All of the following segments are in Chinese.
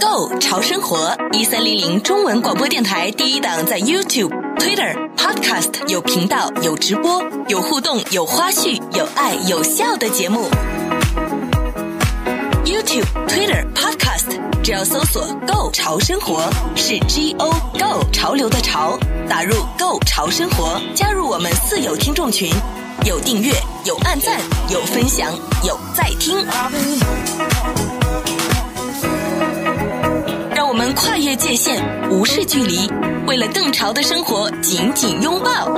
Go 潮生活一三零零中文广播电台第一档，在 YouTube、Twitter、Podcast 有频道、有直播、有互动、有花絮、有爱有笑的节目。YouTube、Twitter、Podcast，只要搜索 “Go 潮生活”是 G O Go 潮流的潮，打入 “Go 潮生活”，加入我们四有听众群，有订阅，有按赞，有分享，有在听。让我们跨越界限，无视距离，为了更潮的生活，紧紧拥抱。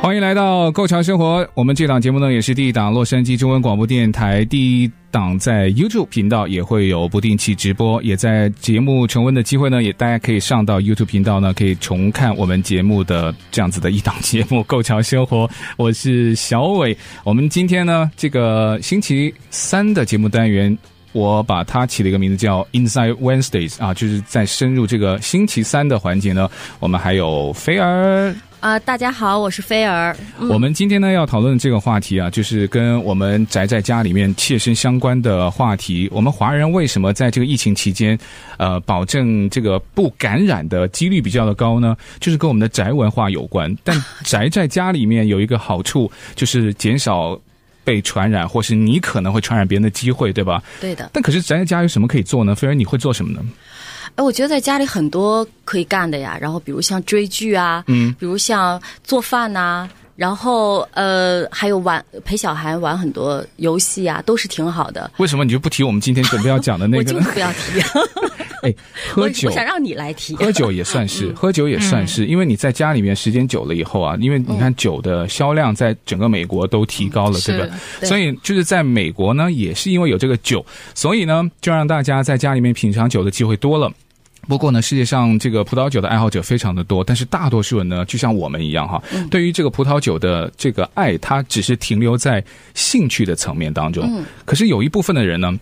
欢迎来到《购潮生活》，我们这档节目呢，也是第一档洛杉矶中文广播电台第一档，在 YouTube 频道也会有不定期直播，也在节目重温的机会呢，也大家可以上到 YouTube 频道呢，可以重看我们节目的这样子的一档节目《购潮生活》，我是小伟。我们今天呢，这个星期三的节目单元。我把它起了一个名字叫 Inside Wednesdays 啊，就是在深入这个星期三的环节呢，我们还有菲儿，啊、大家好，我是菲儿。嗯我们今天呢要讨论这个话题啊，就是跟我们宅在家里面切身相关的话题。我们华人为什么在这个疫情期间，呃，保证这个不感染的几率比较的高呢？就是跟我们的宅文化有 关。但宅在家里面有一个好处，就是减少被传染，或是你可能会传染别人的机会，对吧？对的，但可是宅在家有什么可以做呢？菲儿，你会做什么呢？哎，我觉得在家里很多可以干的呀，然后比如像追剧啊，嗯，比如像做饭呐、然后呃，还有玩陪小孩玩很多游戏啊，都是挺好的。为什么你就不提我们今天准备要讲的那我个就呢是？不要提，哎，喝我 我酒。想让你来提。喝酒也算是，喝酒也算是，因为你在家里面时间久了以后啊，因为你看酒的销量在整个美国都提高了，对吧？对所以就是在美国呢，也是因为有这个酒，所以呢，就让大家在家里面品尝酒的机会多了。不过呢，世界上这个葡萄酒的爱好者非常的多，但是大多数人呢，就像我们一样哈，对于这个葡萄酒的这个爱，它只是停留在兴趣的层面当中。可是有一部分的人呢，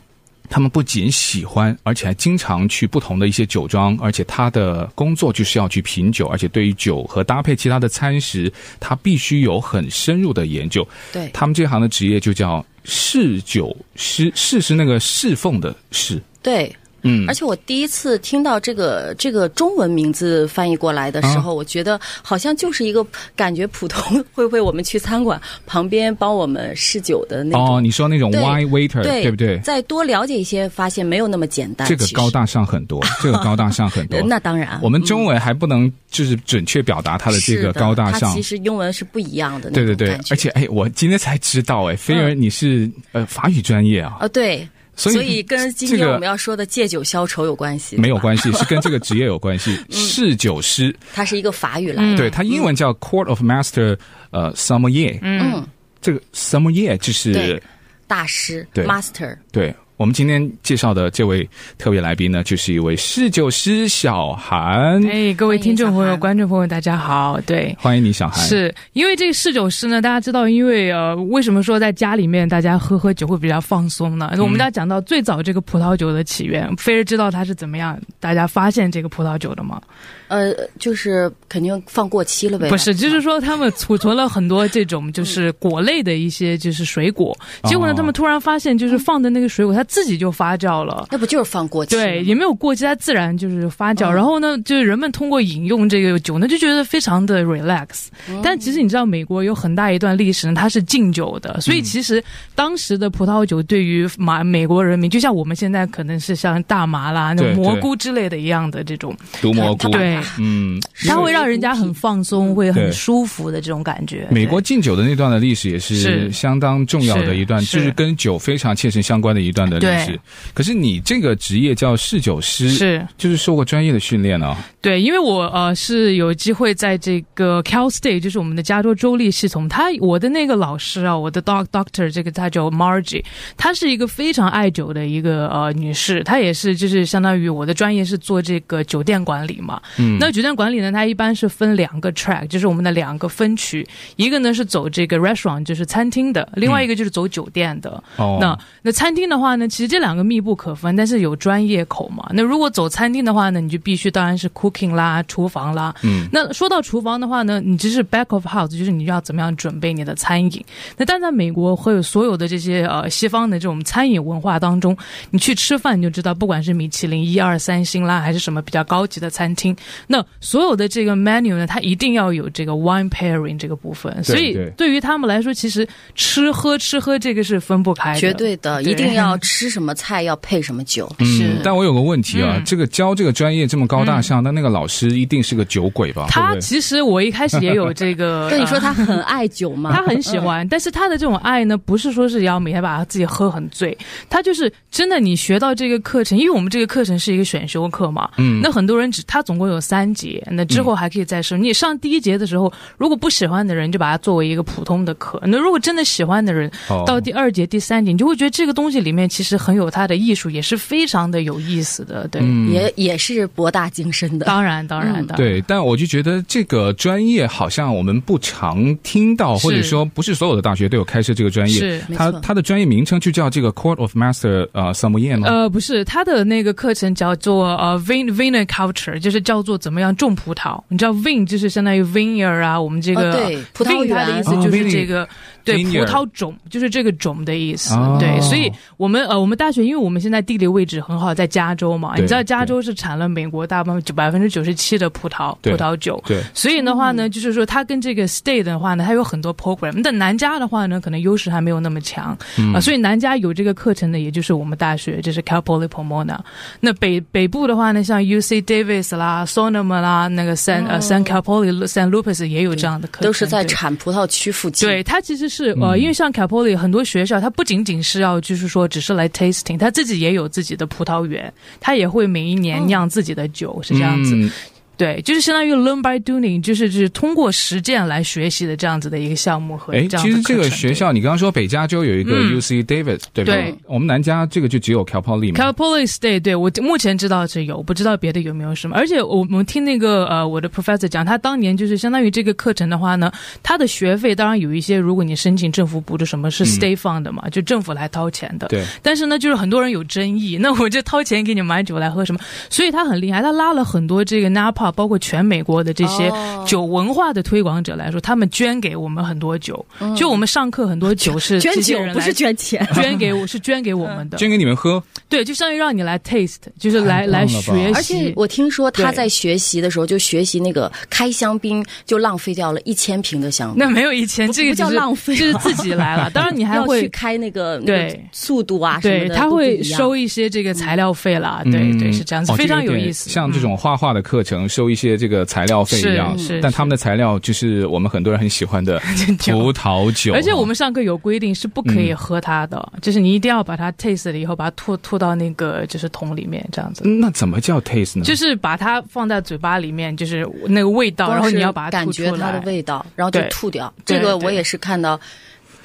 他们不仅喜欢，而且还经常去不同的一些酒庄，而且他的工作就是要去品酒，而且对于酒和搭配其他的餐食，他必须有很深入的研究。对，他们这行的职业就叫侍酒师，侍是那个侍奉的侍。对。嗯而且我第一次听到这个这个中文名字翻译过来的啊时候，我觉得好像就是一个感觉普通， 会不会我们去餐馆旁边帮我们试酒的那种？哦，你说那种对 wine waiter 对，不对？再多了解一些，发现没有那么简单。这个其实高，大上很 多，这个高大上很多呃。那当然，我们中文还不能就是准确表达它的这是个高大它上其，实英文是不一样的那对种对感觉。对，而且哎，我今天才知道哎，菲儿嗯你是呃法语专业啊，啊，对，所以跟今这天个我们要说的借酒消愁有关系，没有对吧，关系，是跟这个职业有关 系。嗯侍酒师，它是一个法语来的。对它英文叫 Court of Master，呃，Sommelier，嗯，这个 Sommelier 就是对大师对 master，对。我们今天介绍的这位特别来宾呢，就是一位侍酒师小韩，哎，各位听众朋友、观众朋友，大家好。对，欢迎你，小韩。是因为这个侍酒师呢，大家知道，因为呃，为什么说在家里面大家喝喝酒会比较放松呢？我们要讲到最早这个葡萄酒的起源，菲儿知道它是怎么样，大家发现这个葡萄酒的吗？呃，就是肯定放过期了呗。不是，就是说他们储存了很多这种就是果类的一些就是水果，结果呢，哦他们突然发现就是放的那个水果它自己就发酵了。那不就是放过期了吗？对，也没有过期，它自然就是发酵。嗯然后呢，就是人们通过饮用这个酒呢，就觉得非常的 relax、但哦其实你知道，美国有很大一段历史呢，它是禁酒嗯的，所以其实当时的葡萄酒对于马美国人民，就像我们现在可能是像大麻啦、那对对种蘑菇之类的一样的这种，毒蘑菇，对，嗯，它会让人家很放松，会对很舒服的这种感觉。美对国禁酒的那段的历史也是是相当重要的一段，是就是跟酒非常切身相关的一段的历史对。可是你这个职业叫侍酒师，是就是受过专业的训练呢、对，因为我呃是有机会在这个 Cal State，就是我们的加州州立系统，他我的那个老师啊，我的 doc doctor 这个他叫 Margie，她是一个非常爱酒的一个呃女士，她也是就是相当于我的专业是做这个酒店管理嘛，嗯那酒店管理呢，它一般是分两个 track，就是我们的两个分区，一个呢是走这个 restaurant，就是餐厅的，另外一个就是走酒店的，哦，那那餐厅的话呢，其实这两个密不可分，但是有专业口嘛。那如果走餐厅的话呢，你就必须当然是 cook cooking 啦、厨房啦。嗯，那说到厨房的话呢，你就是 back of house，就是你要怎么样准备你的餐饮。那但在美国和有所有的这些呃西方的这种餐饮文化当中，你去吃饭你就知道，不管是米其林一二三星啦，还是什么比较高级的餐厅，那所有的这个 menu 呢，它一定要有这个 wine pairing 这个部分。所以对对于他们来说，其实吃喝吃喝这个是分不开的，绝对的，对一定要吃什么菜，要配什么酒。，嗯，但我有个问题啊，这个教这个专业这么高大上，那那个老师一定是个酒鬼吧？嗯他对不对其实我一开始也有这个 跟你说呃他很爱酒吗？他很喜欢，但是他的这种爱呢，不是说是要每天把他自己喝很醉，他就是真的你学到这个课程，因为我们这个课程是一个选修课嘛，嗯，那很多人只他总共有三节，那嗯之后还可以再升。你上第一节的时候，如果不喜欢的人就把它作为一个普通的课，那如果真的喜欢的人哦，到第二节、第三节，你就会觉得这个东西里面其实很有它的艺术，也是非常的有意思的，嗯对，也也是博大精深的。嗯当然，当然，当然，对，但我就觉得这个专业好像我们不常听到，或者说不是所有的大学都有开设这个专业。是没它错它的专业名称就叫这个 Court of Master 呃 s o m e l i e 吗？呃，不是，他的那个课程叫做呃 vin viner culture，就是叫做怎么样种葡萄。你知道 vin 就是相当于 vineyard 啊，我们这个、哦对葡萄 vin 它的园意思哦就是，vine- 这个、对葡 vineyard 萄种，就是这个种的意思。哦对，所以我们呃我们大学，因为我们现在地理位置很好，在加州嘛，对你知道加州是产了美国大部分百分之九十七的葡萄对葡萄酒，对，所以的话嗯呢，就是说它跟这个 state 的话呢，它有很多 program。但南加的话呢，可能优势还没有那么强啊、所以南加有这个课程的，也就是我们大学，就是 Cal Poly Pomona。那北北部的话呢，像 UC Davis 啦、Sonoma 啦，那个 San、呃 San Cal Poly、San Lucas 也有这样的课程，哦都是在对产葡萄区附近。对，它其实是呃，因为像 Capoli 很多学校，它不仅仅是要就是说只是来 tasting，它自己也有自己的葡萄园，它也会每一哦年酿自己的酒，是这样子。嗯对，就是相当于 learn by doing，就是就是通过实践来学习的这样子的一个项目和哎，这样其的实课这程。个学校，你刚刚说北加州有一个嗯 UC Davis，、对不对我们南加这个就只有 Cal Poly 嘛。 Calpolis Day，对我目前知道是有，不知道别的有没有什么。而且我们听那个呃，我的 professor 讲，他当年就是相当于这个课程的话呢，他的学费当然有一些，如果你申请政府补助什么，是 state fund 的嘛，就政府来掏钱的。嗯对，但是呢，就是很多人有争议， 那我就掏钱给你买酒来喝什么？所以他很厉害，他拉了很多这个 Napa，包括全美国的这些哦酒文化的推广者来说，他们捐给我们很多酒。就我们上课很多酒是嗯 捐这些酒嗯人不来是捐钱。 捐给我，是捐给我们的。捐给你们喝，对，就相当于让你来 taste，就是来太棒了吧来学习。而且我听说他对在学习的时候就学习那个开香槟，就浪费掉了一千瓶的香槟。那没有以前不这个不叫只是浪费啊就是自己 来了。当然你还要去会。开那个那个对速度啊什么对，的，他都不会一样收一些这个材料费啦，对对是这样子，哦非常这个有点意思。嗯像这种画画的课程，收一些这个材料费一样，是是但他们的材料就是我们很多人很喜欢 的葡萄酒，而且我们上课有规定是不可以喝它的，嗯就是你一定要把它 taste 了以后，把它吐吐到那个就是桶里面这样子。嗯那怎么叫 taste 呢？就是把它放在嘴巴里面，就是那个味道，然后你要把它感吐觉出它的来。味道，然后就对吐掉。对这个我对也是看到，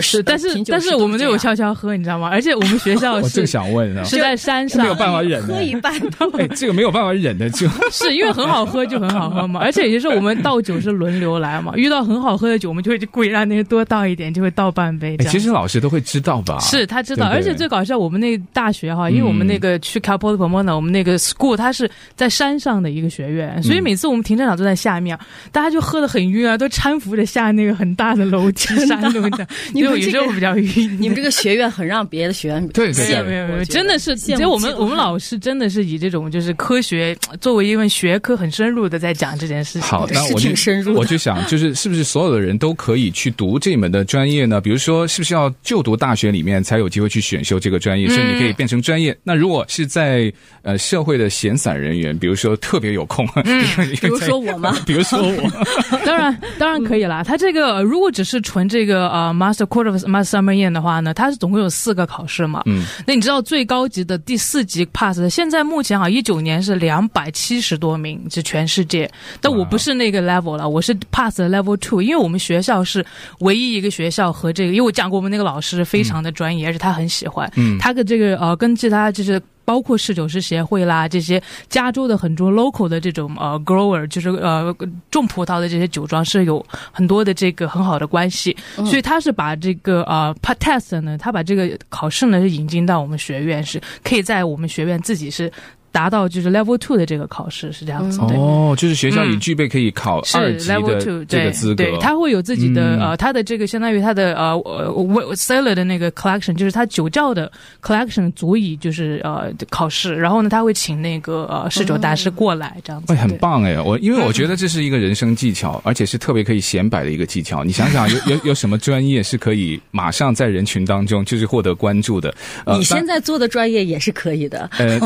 是，但呃是但是我们都有悄悄喝，你知道吗？而且我们学校 我正是哦想问呢，是在山没有上，办法忍的喝，一半 哎，这个没有办法忍的就。是因为很好喝就很 好喝嘛，而且也就是我们倒酒是轮流来嘛，遇到很好喝的酒，我们就会故意让那些多倒一点，就会倒半杯哎这样。其实老师都会知道吧？是他知道，啊对嗯而不对且最搞笑，我们那大学哈，因为我们那个去 Cal Poly Pomona，我们那个 school 它是在山上的一个学院，嗯所以每次我们停车场都在下面，大家就喝得很晕啊，都搀扶着下那个很大的楼 梯山路的，你因为们有时这候个比较晕。你们这个学院很让别的学院对对没有对没有没有，我觉得真的是，羡慕其实我们嫉妒我们老师真的是以这种就是科学作为一门学科很深入的在讲这件事情。好，对那是我挺就深入的我就 想，就是是不是所有的人都可以去读这门的专业呢？比如说，是不是要就读大学里面才有机会去选修这个嗯专业，所以你可以变成专业？那如果是在呃社会的闲散人员，比如说特别有空，嗯 比比如说我吗？ 比如说 我，当然，当然可以啦。它这个呃如果只是纯这个呃 Master Court of Master Summer Yen 的话呢，它是总共有四个考试嘛。嗯。那你知道最高级的第四级 pass 的，现在目前啊，一九年是两百七十多名，是全世界。但我不是那个 level 了，我是 pass 的 level two，因为我们学校是唯一一个学校和这个，因为我讲过我们那个老师非常的专业，而且他很喜欢。嗯。他的这个呃，跟其他就是包括侍酒师协会啦，这些加州的很多 local 的这种呃 grower，就是呃种葡萄的这些酒庄是有很多的这个很好的关系，所以他是把这个呃 p a t e s t 呢，他把这个考试呢是引进到我们学院，是可以在我们学院自己是。达到就是 Level Two 的这个考试，是这样子。对。嗯哦，就是学校已具备可以考是二级 level 的 two 这对个资格对，，他会有自己的、嗯呃，他的这个相当于他的呃呃 cellar 的那个 collection，就是他酒窖的 collection 足以就是呃考试，然后呢，他会请那个呃侍酒大师过来、这样子，哎，很对。棒哎！我因为我觉得这是一个人生技巧，而且是特别可以显摆的一个技巧。你想想有，有有什么专业是可以马上在人群当中就是获得关注的？呃，你当现在做的专业也是可以的，呃，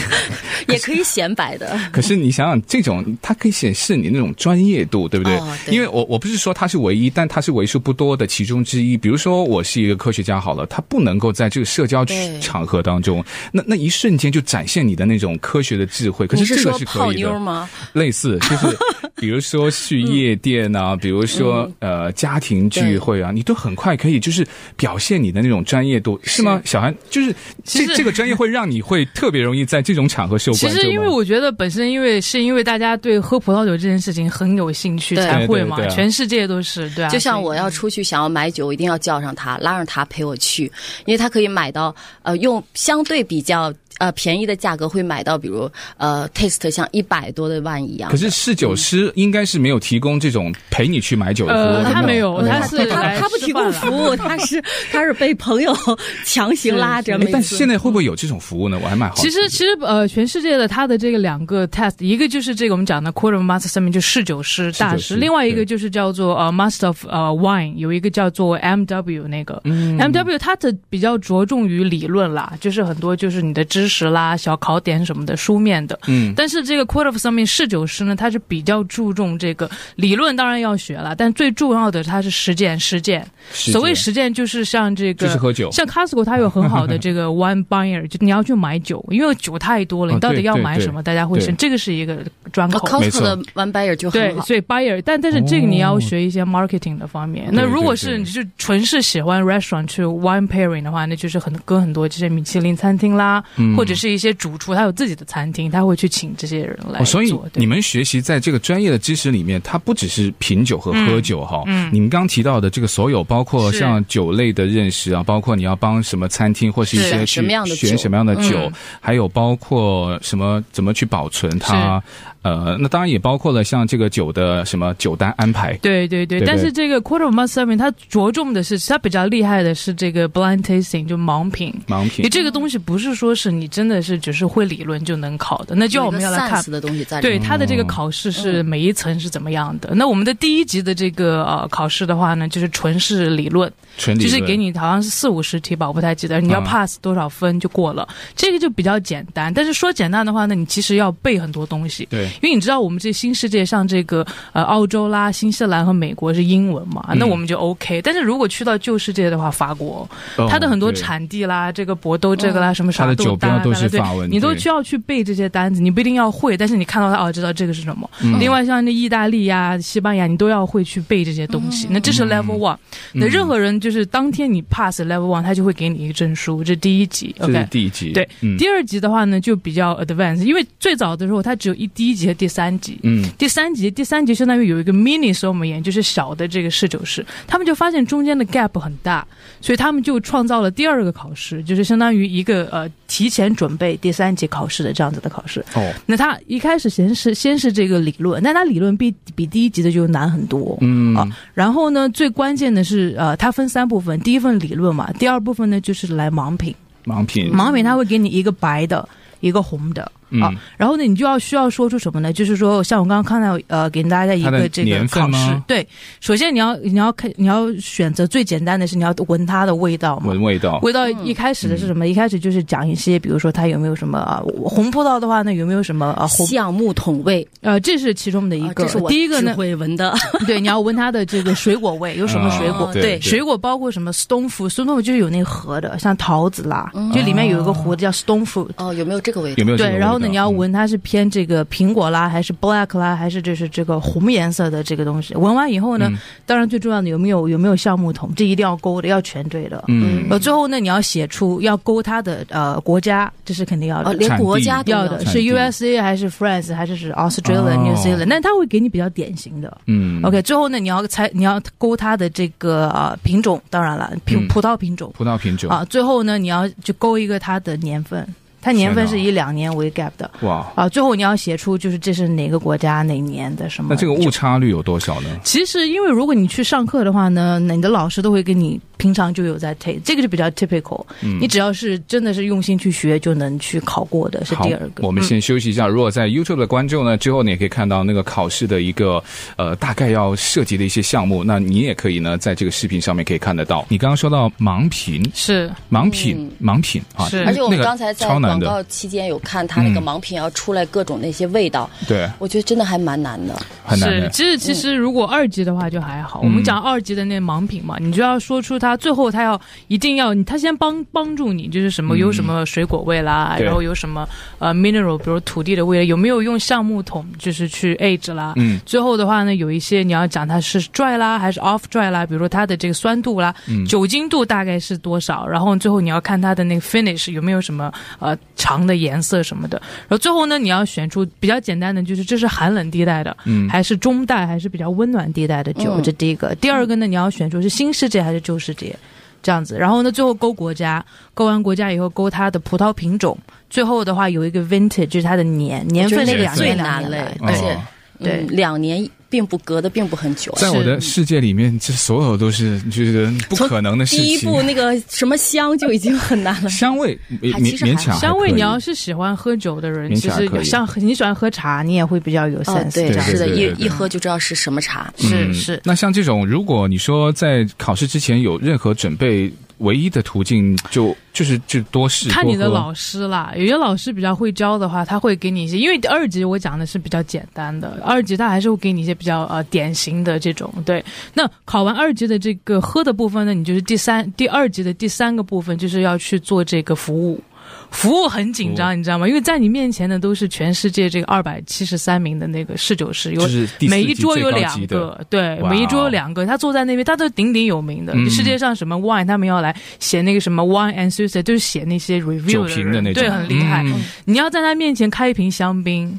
也可以显摆的。可是你想想，这种它可以显示你那种专业度，对不对？哦对因为我我不是说它是唯一，但它是为数不多的其中之一。比如说，我是一个科学家好了，他不能够在这个社交对场合当中，那那一瞬间就展现你的那种科学的智慧。可你这个说是可泡以的。妞吗？ 类似，就是比如说去夜店啊，比如说呃家庭聚会啊，你都很快可以就是表现你的那种专业度，是吗？小韩，就是这其实这个专业会让你会特别容易在这种场合受其关注吗实，因为我觉得本身因为是因为大家对喝葡萄酒这件事情很有兴趣，对才会嘛，对对对全世界都是对 啊。就像所以我要出去想要买酒，一定要叫上他，拉上他陪我去，因为他可以买到呃用相对比较呃便宜的价格会买到，比如呃 taste 像一百多的万一样可。是侍嗯酒师应该是没有提供这种陪你去买酒的服务的，呃，他对吧没有，嗯他 是他来他不吃提供饭服务，他是他是被朋友 强行拉着。是哎没但错现在会不会有这种服务呢？我还蛮好奇其的。实，其实呃，全世界的它的这个两个 test，一个就是这个我们讲的 quarter master 上面就侍酒师侍酒大师师，另外一对个就是叫做呃 master of 呃 wine，有一个叫做 MW 那个、MW，它嗯的比较着重于理论啦，就是很多就是你的知识啦、小考点什么的，书面的。嗯，但是这个 quarter of 上面侍酒师呢，他是比较注重这个理论，当然要学啦，但最重要的它是实践，实践。是所谓这样实践就是像这个，就是喝酒像 Costco 它有很好的 这个 wine buyer，就你要去买酒，因为酒太多了，哦你到底要买对对什么，大家会对选，这个是一个专呃口。没 Costco 错的 One Buyer 就对很，好。所以 buyer，但但是这个哦你要学一些 marketing 的方面。对那如果对是对你是纯是喜欢 restaurant 去 wine pairing 的话，那就是很跟很多这些米其林餐厅啦，嗯或者是一些主厨他有自己的餐厅，他会去请这些人来哦，做。所以对你们学习在这个专业的知识里面，它不只是品酒和喝酒哈、嗯你们刚提到的这个所有，包括是像酒类的认识啊，包括你要帮什么餐厅或是一是些去什么样的选酒什么样的酒，嗯还有包括什么怎么去保存它，呃，那当然也包括了像这个酒的什么酒单安排。对对对，对不对但是这个 quarter of m a s t e r 上面，它着重的是，它比较厉害的是这个 blind tasting，就盲品。盲你品，这个东西不是说是你真的是只是会理论就能考的，那就要我们要来看 sense 的东西在里对面。它的这个考试是每一层是怎么样的。那我们的第一级的这个呃考试的话呢，就是纯是理论，纯理就论是给你好像是四五十题吧，我不太记得，你要嗯 pass 多少分就过了，这个就比较简单。但是说简单的话呢，你其实要背很多东西。对，因为你知道我们这新世界上这个呃澳洲啦、新西兰和美国是英文嘛，嗯那我们就 OK。但是如果去到旧世界的话，法国哦它的很多对产地啦、这个搏斗这个啦、什么它啥嗯的酒豆标单啊都是对法文你都对需要去背这些单子，你不一定要会，但是你看到它哦，知道这个是什么。嗯另外像那意大利呀、西班牙，你都要会去背这些东嗯西。那这是 Level One，、那任何人就是当天你 pass Level One，他就会给你一个证书，这第一级。这是 OK，第一集，对，嗯第二集的话呢就比较 advanced，因为最早的时候它只有一第一集和第三集。嗯，第三集，第三集相当于有一个 mini s o m e n 就是小的这个侍酒师，他们就发现中间的 gap 很大，所以他们就创造了第二个考试，就是相当于一个呃提前准备第三级考试的这样子的考试。哦，那他一开始先是先是这个理论，但他理论比比第一集的就难很多。嗯，啊然后呢，最关键的是呃，它分三部分，第一份理论嘛，第二部分呢就是来盲品。盲品，盲品它会给你一个白的，一个红的。啊嗯，，然后呢，你就要需要说出什么呢？就是说，像我刚刚看到，呃，给大家一它的个这个年份考试吗，对，首先你要你要看你要选择最简单的是你要闻它的味道嘛，闻嗯味道，味道一开始的是什么？一开始就是讲一些，比如说它有没有什么、啊、红葡萄的话呢，有没有什么啊红橡木桶味，呃，这是其中的一啊个。这是我第一个只呢，会闻的。 对，你要闻它的这个水果味，有什么水果？啊哦对对水果包括什么？stone fruit，stone fruit 就是有那个核的，像桃子啦，嗯就里面有一个核叫 stone fruit，哦，有没有这个味道？有没有这个对，然后呢，味道你要嗯闻它是偏这个苹果啦，还是 black 啦，还是就是这个红颜色的这个东西？闻完以后呢，嗯当然最重要的有没有有没有橡木桶，这一定要勾的，要全对的。嗯，呃，最后呢，你要写出要勾它的呃国家，这是肯定要的。哦，连产国地家都要的产是地 USA 还是 France 还是是 Australia、哦 New Zealand，但他会给你比较典型的。嗯 OK，最后呢，你要猜，你要勾它的这个呃品种，当然了，嗯品葡萄品种啊葡萄品种啊，最后呢，你要就勾一个它的年份。它年份是天以两年为 gap 的。哇，啊，最后你要写出就是这是哪个国家哪年的什么？那这个误差率有多少呢？其实，因为如果你去上课的话呢，那你的老师都会跟你平常就有在 take，这个是比较 typical、你嗯只要是真的是用心去学，就能去考过的是好第二，个。我嗯们先休息一下。如果在 YouTube 的观众呢，之后你也可以看到那个考试的一个呃大概要涉及的一些项目，那你也可以呢在这个视频上面可以看得到。你刚刚说到盲品，是盲品，盲品啊，是那而嗯而且我们那个刚才在超难广的，告期间有看它那个嗯盲品要出来各种那些味道，对，我觉得真的还蛮难的。很难是的，。哦嗯其实其实如果二级的话就还好，我们讲二级的那盲品嘛，你就要说出它最后它要一定要它先帮帮助你，就是什么有什么水果味啦，嗯对然后有什么呃 mineral，比如土地的味道，有没有用橡木桶就是去 age 啦，嗯，最后的话呢，有一些你要讲它是 dry 啦，还是 off dry 啦，比如说它的这个酸度啦，嗯酒精度大概是多少，然后最后你要看它的那个 finish 有没有什么呃长的颜色什么的，然后最后呢，你要选出比较简单的，就是这是寒冷地带的，嗯还是中带，还是比较温暖地带的酒，嗯这第一个，第二个呢，你要选出是新世界还是旧世界，这样子。然后呢，最后勾国家，勾完国家以后勾它的葡萄品种，最后的话有一个 vintage，就是它的年年份是这个两最年难两年嘞来的哦而且对嗯两年并不隔得并不很久啊。在我的世界里面，这所有都是就是不可能的事第一情。步。那个什么香就已经很难了香味勉还其勉实还勉强还香味，可以你要是喜欢喝酒的人，勉其强实可以像你喜欢喝茶，你也会比较有哦 sense，、，对这，样对是的，对对一对一喝就知道是什么茶。是嗯是。那像这种，如果你说在考试之前有任何准备，唯一的途径就就是就多试，看你的多喝老师啦，有些老师比较会教的话，他会给你一些，因为二级我讲的是比较简单的，二级他还是会给你一些比较呃典型的这种对。那考完二级的这个喝的部分呢，你就是第三第二级的第三个部分就是要去做这个服务。服务很紧张，你知道吗？因为在你面前的都是全世界这个二百七十三名的那个侍酒师，有就是第四每一级桌最有高两级的个，对，哇哦每一桌有两个。他坐在那边，他都鼎鼎有名的。嗯世界上什么 wine，他们要来写那个什么 wine and s u s e 就是写那些 review 酒的瓶的那人种，对，很厉害。嗯你要在他面前开一瓶香槟，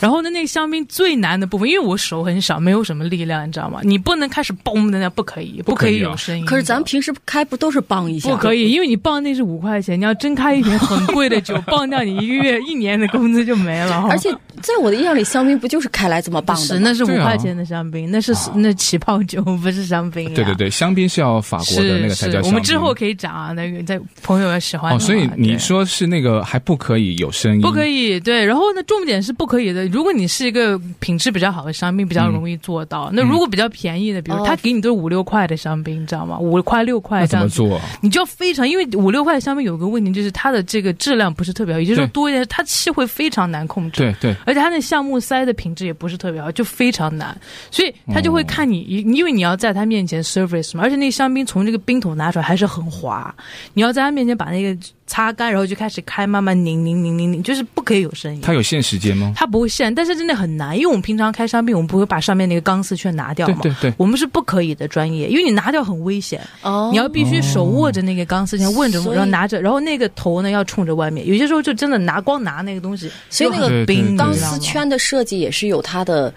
然后呢，那个香槟最难的部分，因为我手很小，没有什么力量，你知道吗？你不能开始嘣的那，不可以，不可以啊有声音的。可是咱们平时开不都是棒一下？不可以，因为你磅那是五块钱，你要真开一瓶很贵的酒， 磅掉你一个月、一年的工资就没了。而且在我的印象里，香槟不就是开来这么棒不的是，吗？那是五对啊块钱的香槟，那是那起泡酒，不是香槟、啊。对对对，香槟是要法国的那是个才叫香，是槟。我们之后可以讲啊，那个在朋友喜欢的哦，话所以你对说是那个还不可以有声音，不可以对，然后呢，重点是不可以的。如果你是一个品质比较好的香槟，嗯比较容易做到。那如果比较便宜的，比如哦他给你都是五六块的香槟，你知道吗？五块六块那这怎样么子。做？你就要非常，因为五六块的香槟有个问题，就是它的这个质量不是特别好，也就是说对多一点，它是会非常难控制。对对，而且它那橡木塞的品质也不是特别好，就非常难，所以他就会看你，因嗯因为你要在他面前 service 嘛，而且那个香槟从这个冰桶拿出来还是很滑，你要在他面前把那个擦干，然后就开始开，慢慢拧拧拧拧拧，就是不可以有声音。它有限时间吗？它不会限，但是真的很难，因为我们平常开香槟，我们不会把上面那个钢丝圈拿掉对嘛。对对，我们是不可以的专业，因为你拿掉很危险。哦你要必须手握着那个钢丝圈，问着，所以然后拿着，然后那个头呢要冲着外面。有些时候就真的拿光拿那个东西，所以那就很个对对冰对钢你知道丝吗圈的设计也是有它的，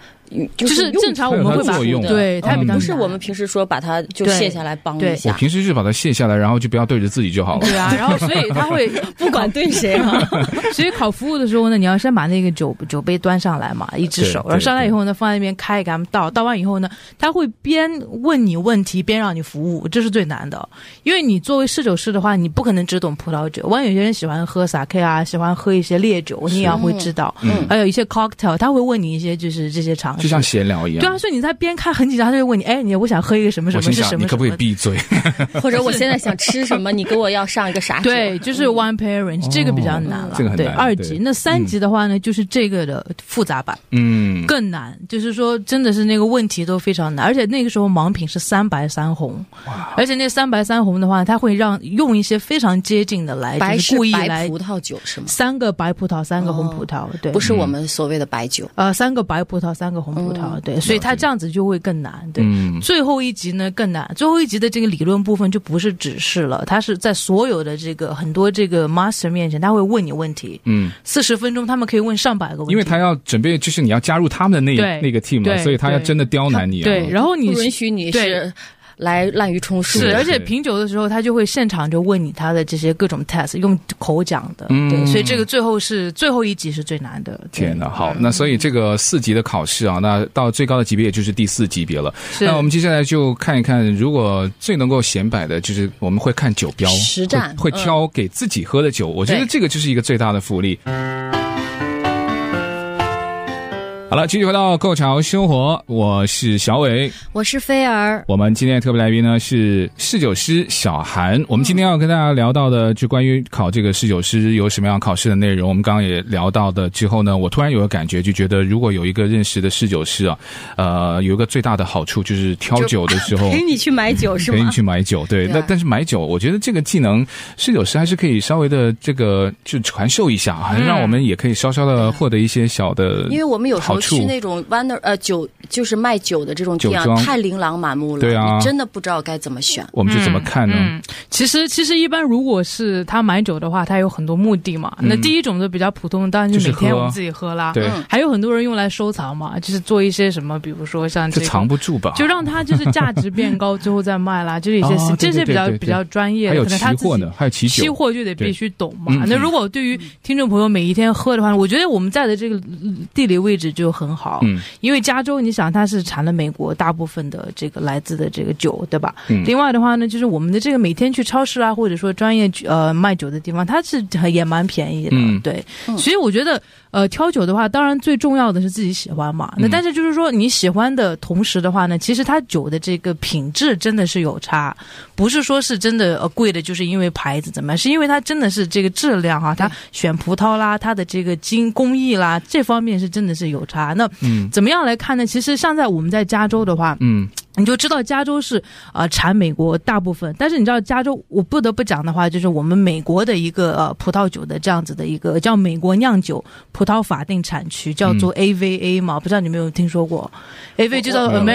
就就是用正常我们会把它有它的作用对它它比较不是难我们平时说把它就对卸下来帮对一我下，平时就把它卸下来，然后就不要对着自己就好了。对 啊，然后所以他会不管对谁啊， 所以烤服务的时候呢，你要先把那个酒酒杯端上来嘛，一只手，对对然后上来以后呢，放在那边开给他们倒，倒完以后呢，他会边问你问题边让你服务，这是最难的，因为你作为侍酒师的话，你不可能只懂葡萄酒，万一有些人喜欢喝 sake 啊，喜欢喝一些烈酒，你也要会知道，嗯还有一些 cocktail，他会问你一些就是这些常识，就像闲聊一对啊，样。所以你在边开很紧张，他就会问你，哎，你我想喝一个什么什我么心是想什，么你可不可以什么闭 嘴？或者我现在想吃什么，你给我要上一个啥酒？对，就是 one parent、这个比较难了，嗯哦这个很对难二对级。那三级的话呢，就是这个的复杂版嗯，更难，就是说真的是那个问题都非常难，而且那个时候盲品是三白三红，而且那三白三红的话，它会让用一些非常接近的来，白就是是故意白来葡萄酒是吗？三个白葡萄，三个红葡萄，对，不是嗯我们所谓的白酒。呃三个白葡萄，三个红葡嗯萄，对，所以它这样子就会更难，对。嗯，最后一集呢更难，最后一集的这个理论部分就不是指示了，它是在所有的这个很多这个 master 面前，他会问你问题，嗯，四十分钟他们可以问上百个问题，因为他要准备，就是你要加入他们的那对那个 team 了，对所以他要真的刁难你啊。对，然后你不允许你对是来滥竽充数。是，对而且对品酒的时候，他就会现场就问你他的这些各种 test，用口讲的，嗯对，所以这个最后是最后一集是最难的。对天呐，好，那所以这个四级的考试啊，那到最高的级别也就是第四级别了。是那我们接下来就看一看，如果最能够显摆的，就是我们会看酒标，实战会会挑给自己喝的酒。我觉得对这个就是一个最大的福利。好了，继续回到购潮生活，我是小伟。我是菲儿，我们今天的特别来宾呢是侍酒师小韩。我们今天要跟大家聊到的，就关于考这个侍酒师有什么样考试的内容。我们刚刚也聊到的之后呢，我突然有个感觉，就觉得如果有一个认识的侍酒师啊，呃，有一个最大的好处就是挑酒的时候。陪你去买酒是陪你吗？去买酒，对，对那但是买酒，我觉得这个技能侍酒师还是可以稍微的呃这个就传授一下，还让我们也可以稍稍的获得一些小的，因为我们有时嗯好候处去那种 wonder 呃酒，就是卖酒的这种店酒啊，庄太琳琅满目了，对啊你真的不知道该怎么选。我们就怎么看呢？嗯，其实其实一般如果是他买酒的话，他有很多目的嘛。那第一种就比较普通，当然嗯就是每天喝我们自己喝啦。嗯对，还有很多人用来收藏嘛，就是做一些什么，比如说像这这个藏不住吧？就让它就是价值变高，最后再卖啦，就是一些、哦对这对些比较对对对比较专业还的，有可能期他自货己呢，还有期期酒，货就得对必须懂嗯嘛。嗯那如果对于听众朋友每一天喝的话，我觉得我们在的这个嗯地理位置就很好，嗯因为加州，你想它是产了美国大部分的这个来自的这个酒，对吧？嗯另外的话呢，就是我们的这个每天去超市啊，或者说专业呃卖酒的地方，它是很也蛮便宜的，嗯对。所以我觉得呃挑酒的话，当然最重要的是自己喜欢嘛。那嗯但是就是说你喜欢的同时的话呢，其实它酒的这个品质真的是有差，不是说是真的呃贵的，就是因为牌子怎么样，是因为它真的是这个质量啊，它选葡萄啦，它的这个精工艺啦，这方面是真的是有差。那嗯怎么样来看呢？其实像在我们在加州的话，嗯你就知道加州是呃产美国大部分，但是你知道加州，我不得不讲的话，就是我们美国的一个呃葡萄酒的这样子的一个叫美国酿酒葡萄法定产区，叫做 AVA 嘛，不知道你们有没有听说过？AVA 就叫我我我我听说过 American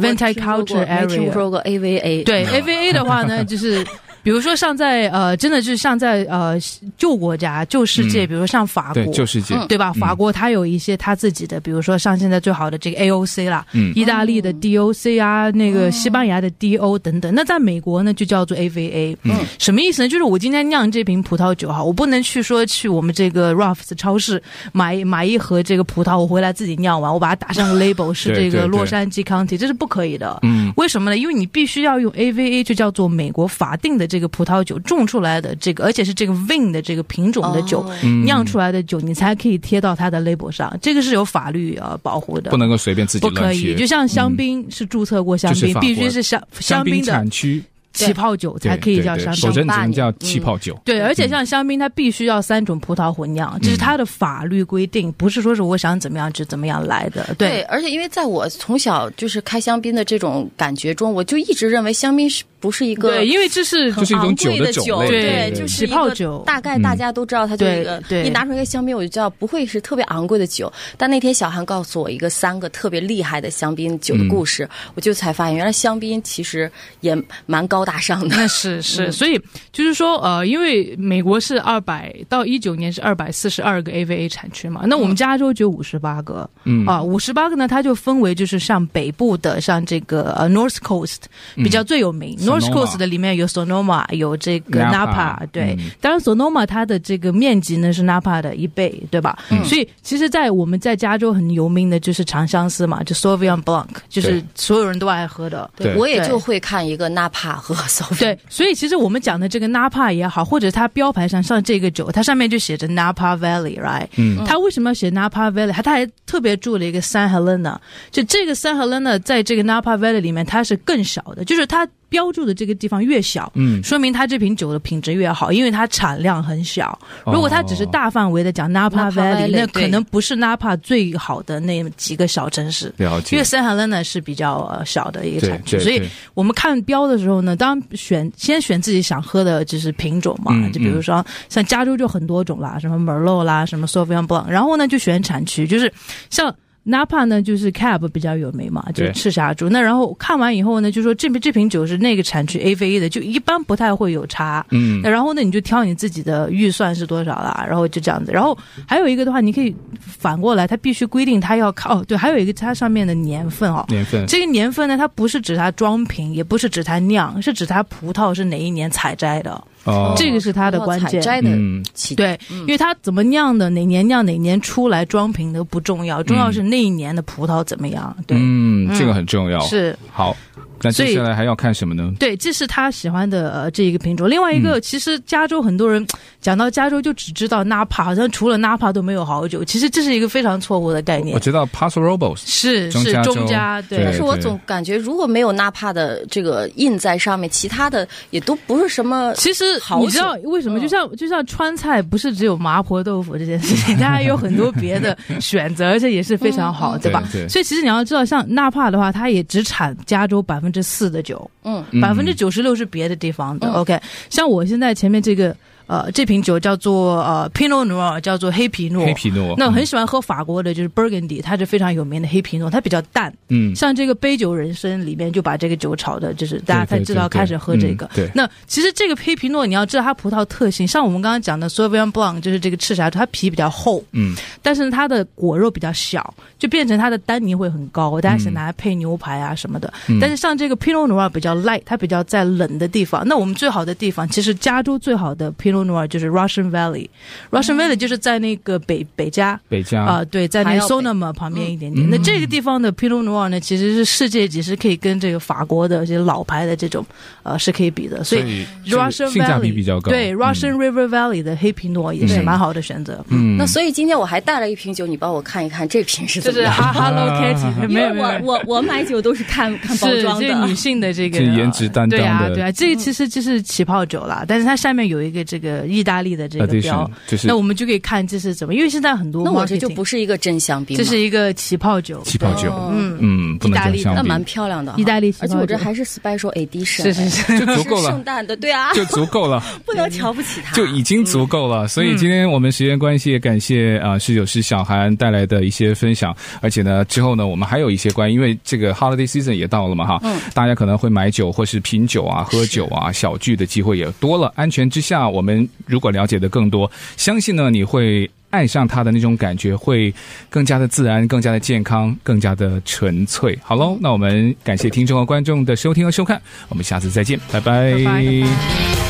Viticulture 没听 Area。说过 AVA。对 AVA 的话呢，就是比如说像在呃，真的就是像在呃旧国家、旧世界，嗯比如像法国对，，旧世界，对吧？法国它有一些它自己的，比如说像现在最好的这个 AOC 啦，嗯意大利的 DOC 啊，那个西班牙的 DO 等等。那在美国呢，就叫做 AVA。嗯，什么意思呢？就是我今天酿这瓶葡萄酒哈，我不能去说去我们这个 Ralphs 超市买买一盒这个葡萄，我回来自己酿完，我把它打 上 label 是对这对个对洛杉矶 County，这是不可以的。嗯为什么呢？因为你必须要用 AVA，就叫做美国法定的这个葡萄酒种出来的这个，而且是这个 vin 的这个品种的酒、哦嗯酿出来的酒，你才可以贴到它的 label 上，这个是有法律呃保护的不。能够随便自己不可乱以，贴，就像香槟是注册过香就是槟，法国必须是香香槟的产区起泡酒对才可以对叫对香否槟。嗯则你嗯只香能槟叫气泡酒。对，而且像香槟，它必须要三种葡萄混酿，这是嗯它的法律规定，不是说是我想怎么样就怎么样来的。对，而且因为在我从小就是开香槟的这种感觉中，我就一直认为香槟是不是一个对，因为这是这是一种昂酒贵的的种类对对，对就是起一个泡酒大概大家都知道它就是一个嗯，对对一拿出一个香槟，我就知道不会是特别昂贵的酒。但那天小韩告诉我一个三个特别厉害的香槟酒嗯的故事，我就才发现原来香槟其实也蛮高大上的。那 是嗯是，所以就是说，呃，因为美国是二百到一九年是二百四十二个 AVA 产区嘛，那我们加州就五十八个，嗯啊，五十八个呢，它就分为就是像北部的，像这个呃 North Coast 比较最有名、n o r t h 嗯 Sonoma Coast 的里面有 Sonoma，有这个 Napa， Napa，对，嗯当然 Sonoma 它的这个面积呢是 Napa 的一倍，对吧？嗯所以其实，在我们在加州很有名的就是长相思嘛，就 Sauvignon Blanc，就是对所有人都爱喝的，对我也对就会看一个纳帕 和 s o 对，所以其实我们讲的这个 Napa 也好，或者它标牌上上这个酒，它上面就写着 Napa Valley，right？嗯，它为什么要写 Napa Valley？它它还特别注了一个 San Helena，就这个 San Helena 在这个 Napa Valley 里面，它是更小的，就是它标注的这个地方越小，嗯说明它这瓶酒的品质越好，因为它产量很小。哦如果它只是大范围的讲 Napa Napa Valley， Valley，那可对能不是 Napa 最好的那几个小城市。了因解为。圣海伦呢是比较呃小的一个产区，对对所以对我们看标的时候呢，当然选先选自己想喝的就是品种嘛，嗯就比如说像加州就很多种啦，什么 Merlot 啦，什么 Sauvignon Blanc，然后呢就选产区，就是像。纳帕呢，就是 Cab 比较有名嘛，就是对赤霞珠。那然后看完以后呢，就说这瓶这瓶酒是那个产区 AVA 的，就一般不太会有差。嗯那然后呢，你就挑你自己的预算是多少啦，然后就这样子。然后还有一个的话，你可以反过来，它必须规定它要靠哦，对，还有一个它上面的年份哦。年份这个年份呢，它不是指它装瓶，也不是指它酿，是指它葡萄是哪一年采摘的。哦，这个是它的关键采摘的嗯起点对，因为它怎么酿的，哪年酿哪年出来装瓶都不重要，重要是那一年的葡萄怎么样。对，嗯，嗯这个很重要。是好，那所接以下来还要看什么呢？对，这是他喜欢的呃这一个品种。另外一嗯个，其实加州很多人讲到加州就只知道纳帕，好像除了纳帕都没有好酒。其实这是一个非常错误的概我念。知道 Paso Robles，是中是加州中加对但对。是我总感觉，如果没有纳帕的这个印在上面，其他的也都不是什么。其实好你知道为什么？嗯就像就像川菜，不是只有麻婆豆腐这件事情， 它还有很多别的选择，而且也是非常嗯好，对吧？对对所以其实你要知道，像纳帕的话，它也只产加州百分之四的酒，嗯，百分之九十六是别的地方的。嗯 OK，像我现在前面这个呃这瓶酒叫做呃 Pinot Noir，叫做黑皮诺。黑皮诺。嗯那我很喜欢喝法国的，就是 Burgundy，它是非常有名的黑皮诺，它比较淡。嗯，像这个杯酒人参里面就把这个酒炒的，就是大家才知道对对对开始喝这个。嗯对那其实这个黑皮诺，你要知道它葡萄特性，像我们刚刚讲的 Sauvignon Blanc，就是这个赤霞珠，它皮比较厚，嗯，但是它的果肉比较小，就变成它的单宁会很高，大家想拿来配牛排啊什么的。但是像这个 Pinot Noir 比较 light，它比较在冷的地方。那我们最好的地方，其实加州最好的 Pinot Noir 就是 Russian Valley，Russian Valley 嗯就是在那个北北加，嗯北加啊、对，在那还个要北 Sonoma 旁边一点点。那嗯这个地方的 Pinot Noir 呢，其实是世界级，是可以跟这个法国的这些老牌的这种呃是可以比的，所以。这个 Russian 性价 Valley 比比较高。对 Russian 嗯 River Valley 的黑皮诺也是嗯蛮好的选择。嗯，那所以今天我还带了一瓶酒，你帮我看一看这瓶是怎就么嗯是样。哈 Hello 啊 Kitty，因没为有没有，我我我买酒都是 看看包是装这个女的。性的这个这颜值担当的对啊对啊，这个其实就是起泡酒啦，但是它下面有一个这个意大利的这个 addition 标，就是那我们就可以看这是怎么，因为现在很多那我这就 marketing，不是一个真香槟这嘛，是一个起泡酒，气泡酒，嗯，嗯，不能意大讲利的相那比，蛮漂亮的哈，意大利起泡而酒且我这还是 special edition，哎是是 是，就足够是了圣，诞的，对啊，就足够了。 不能瞧不起它。就已经足够了。所以今天我们时间关系，也感谢啊侍酒师小韩带来的一些分享。而且呢，之后呢，我们还有一些关于，因为这个 holiday season 也到了嘛哈，大家可能会买酒或是品酒啊、喝酒啊、小聚的机会也多了。安全之下，我们如果了解的更多，相信呢你会。爱上它的那种感觉会更加的自然，更加的健康，更加的纯粹。好喽，那我们感谢听众和观众的收听和收看，我们下次再见，拜拜拜拜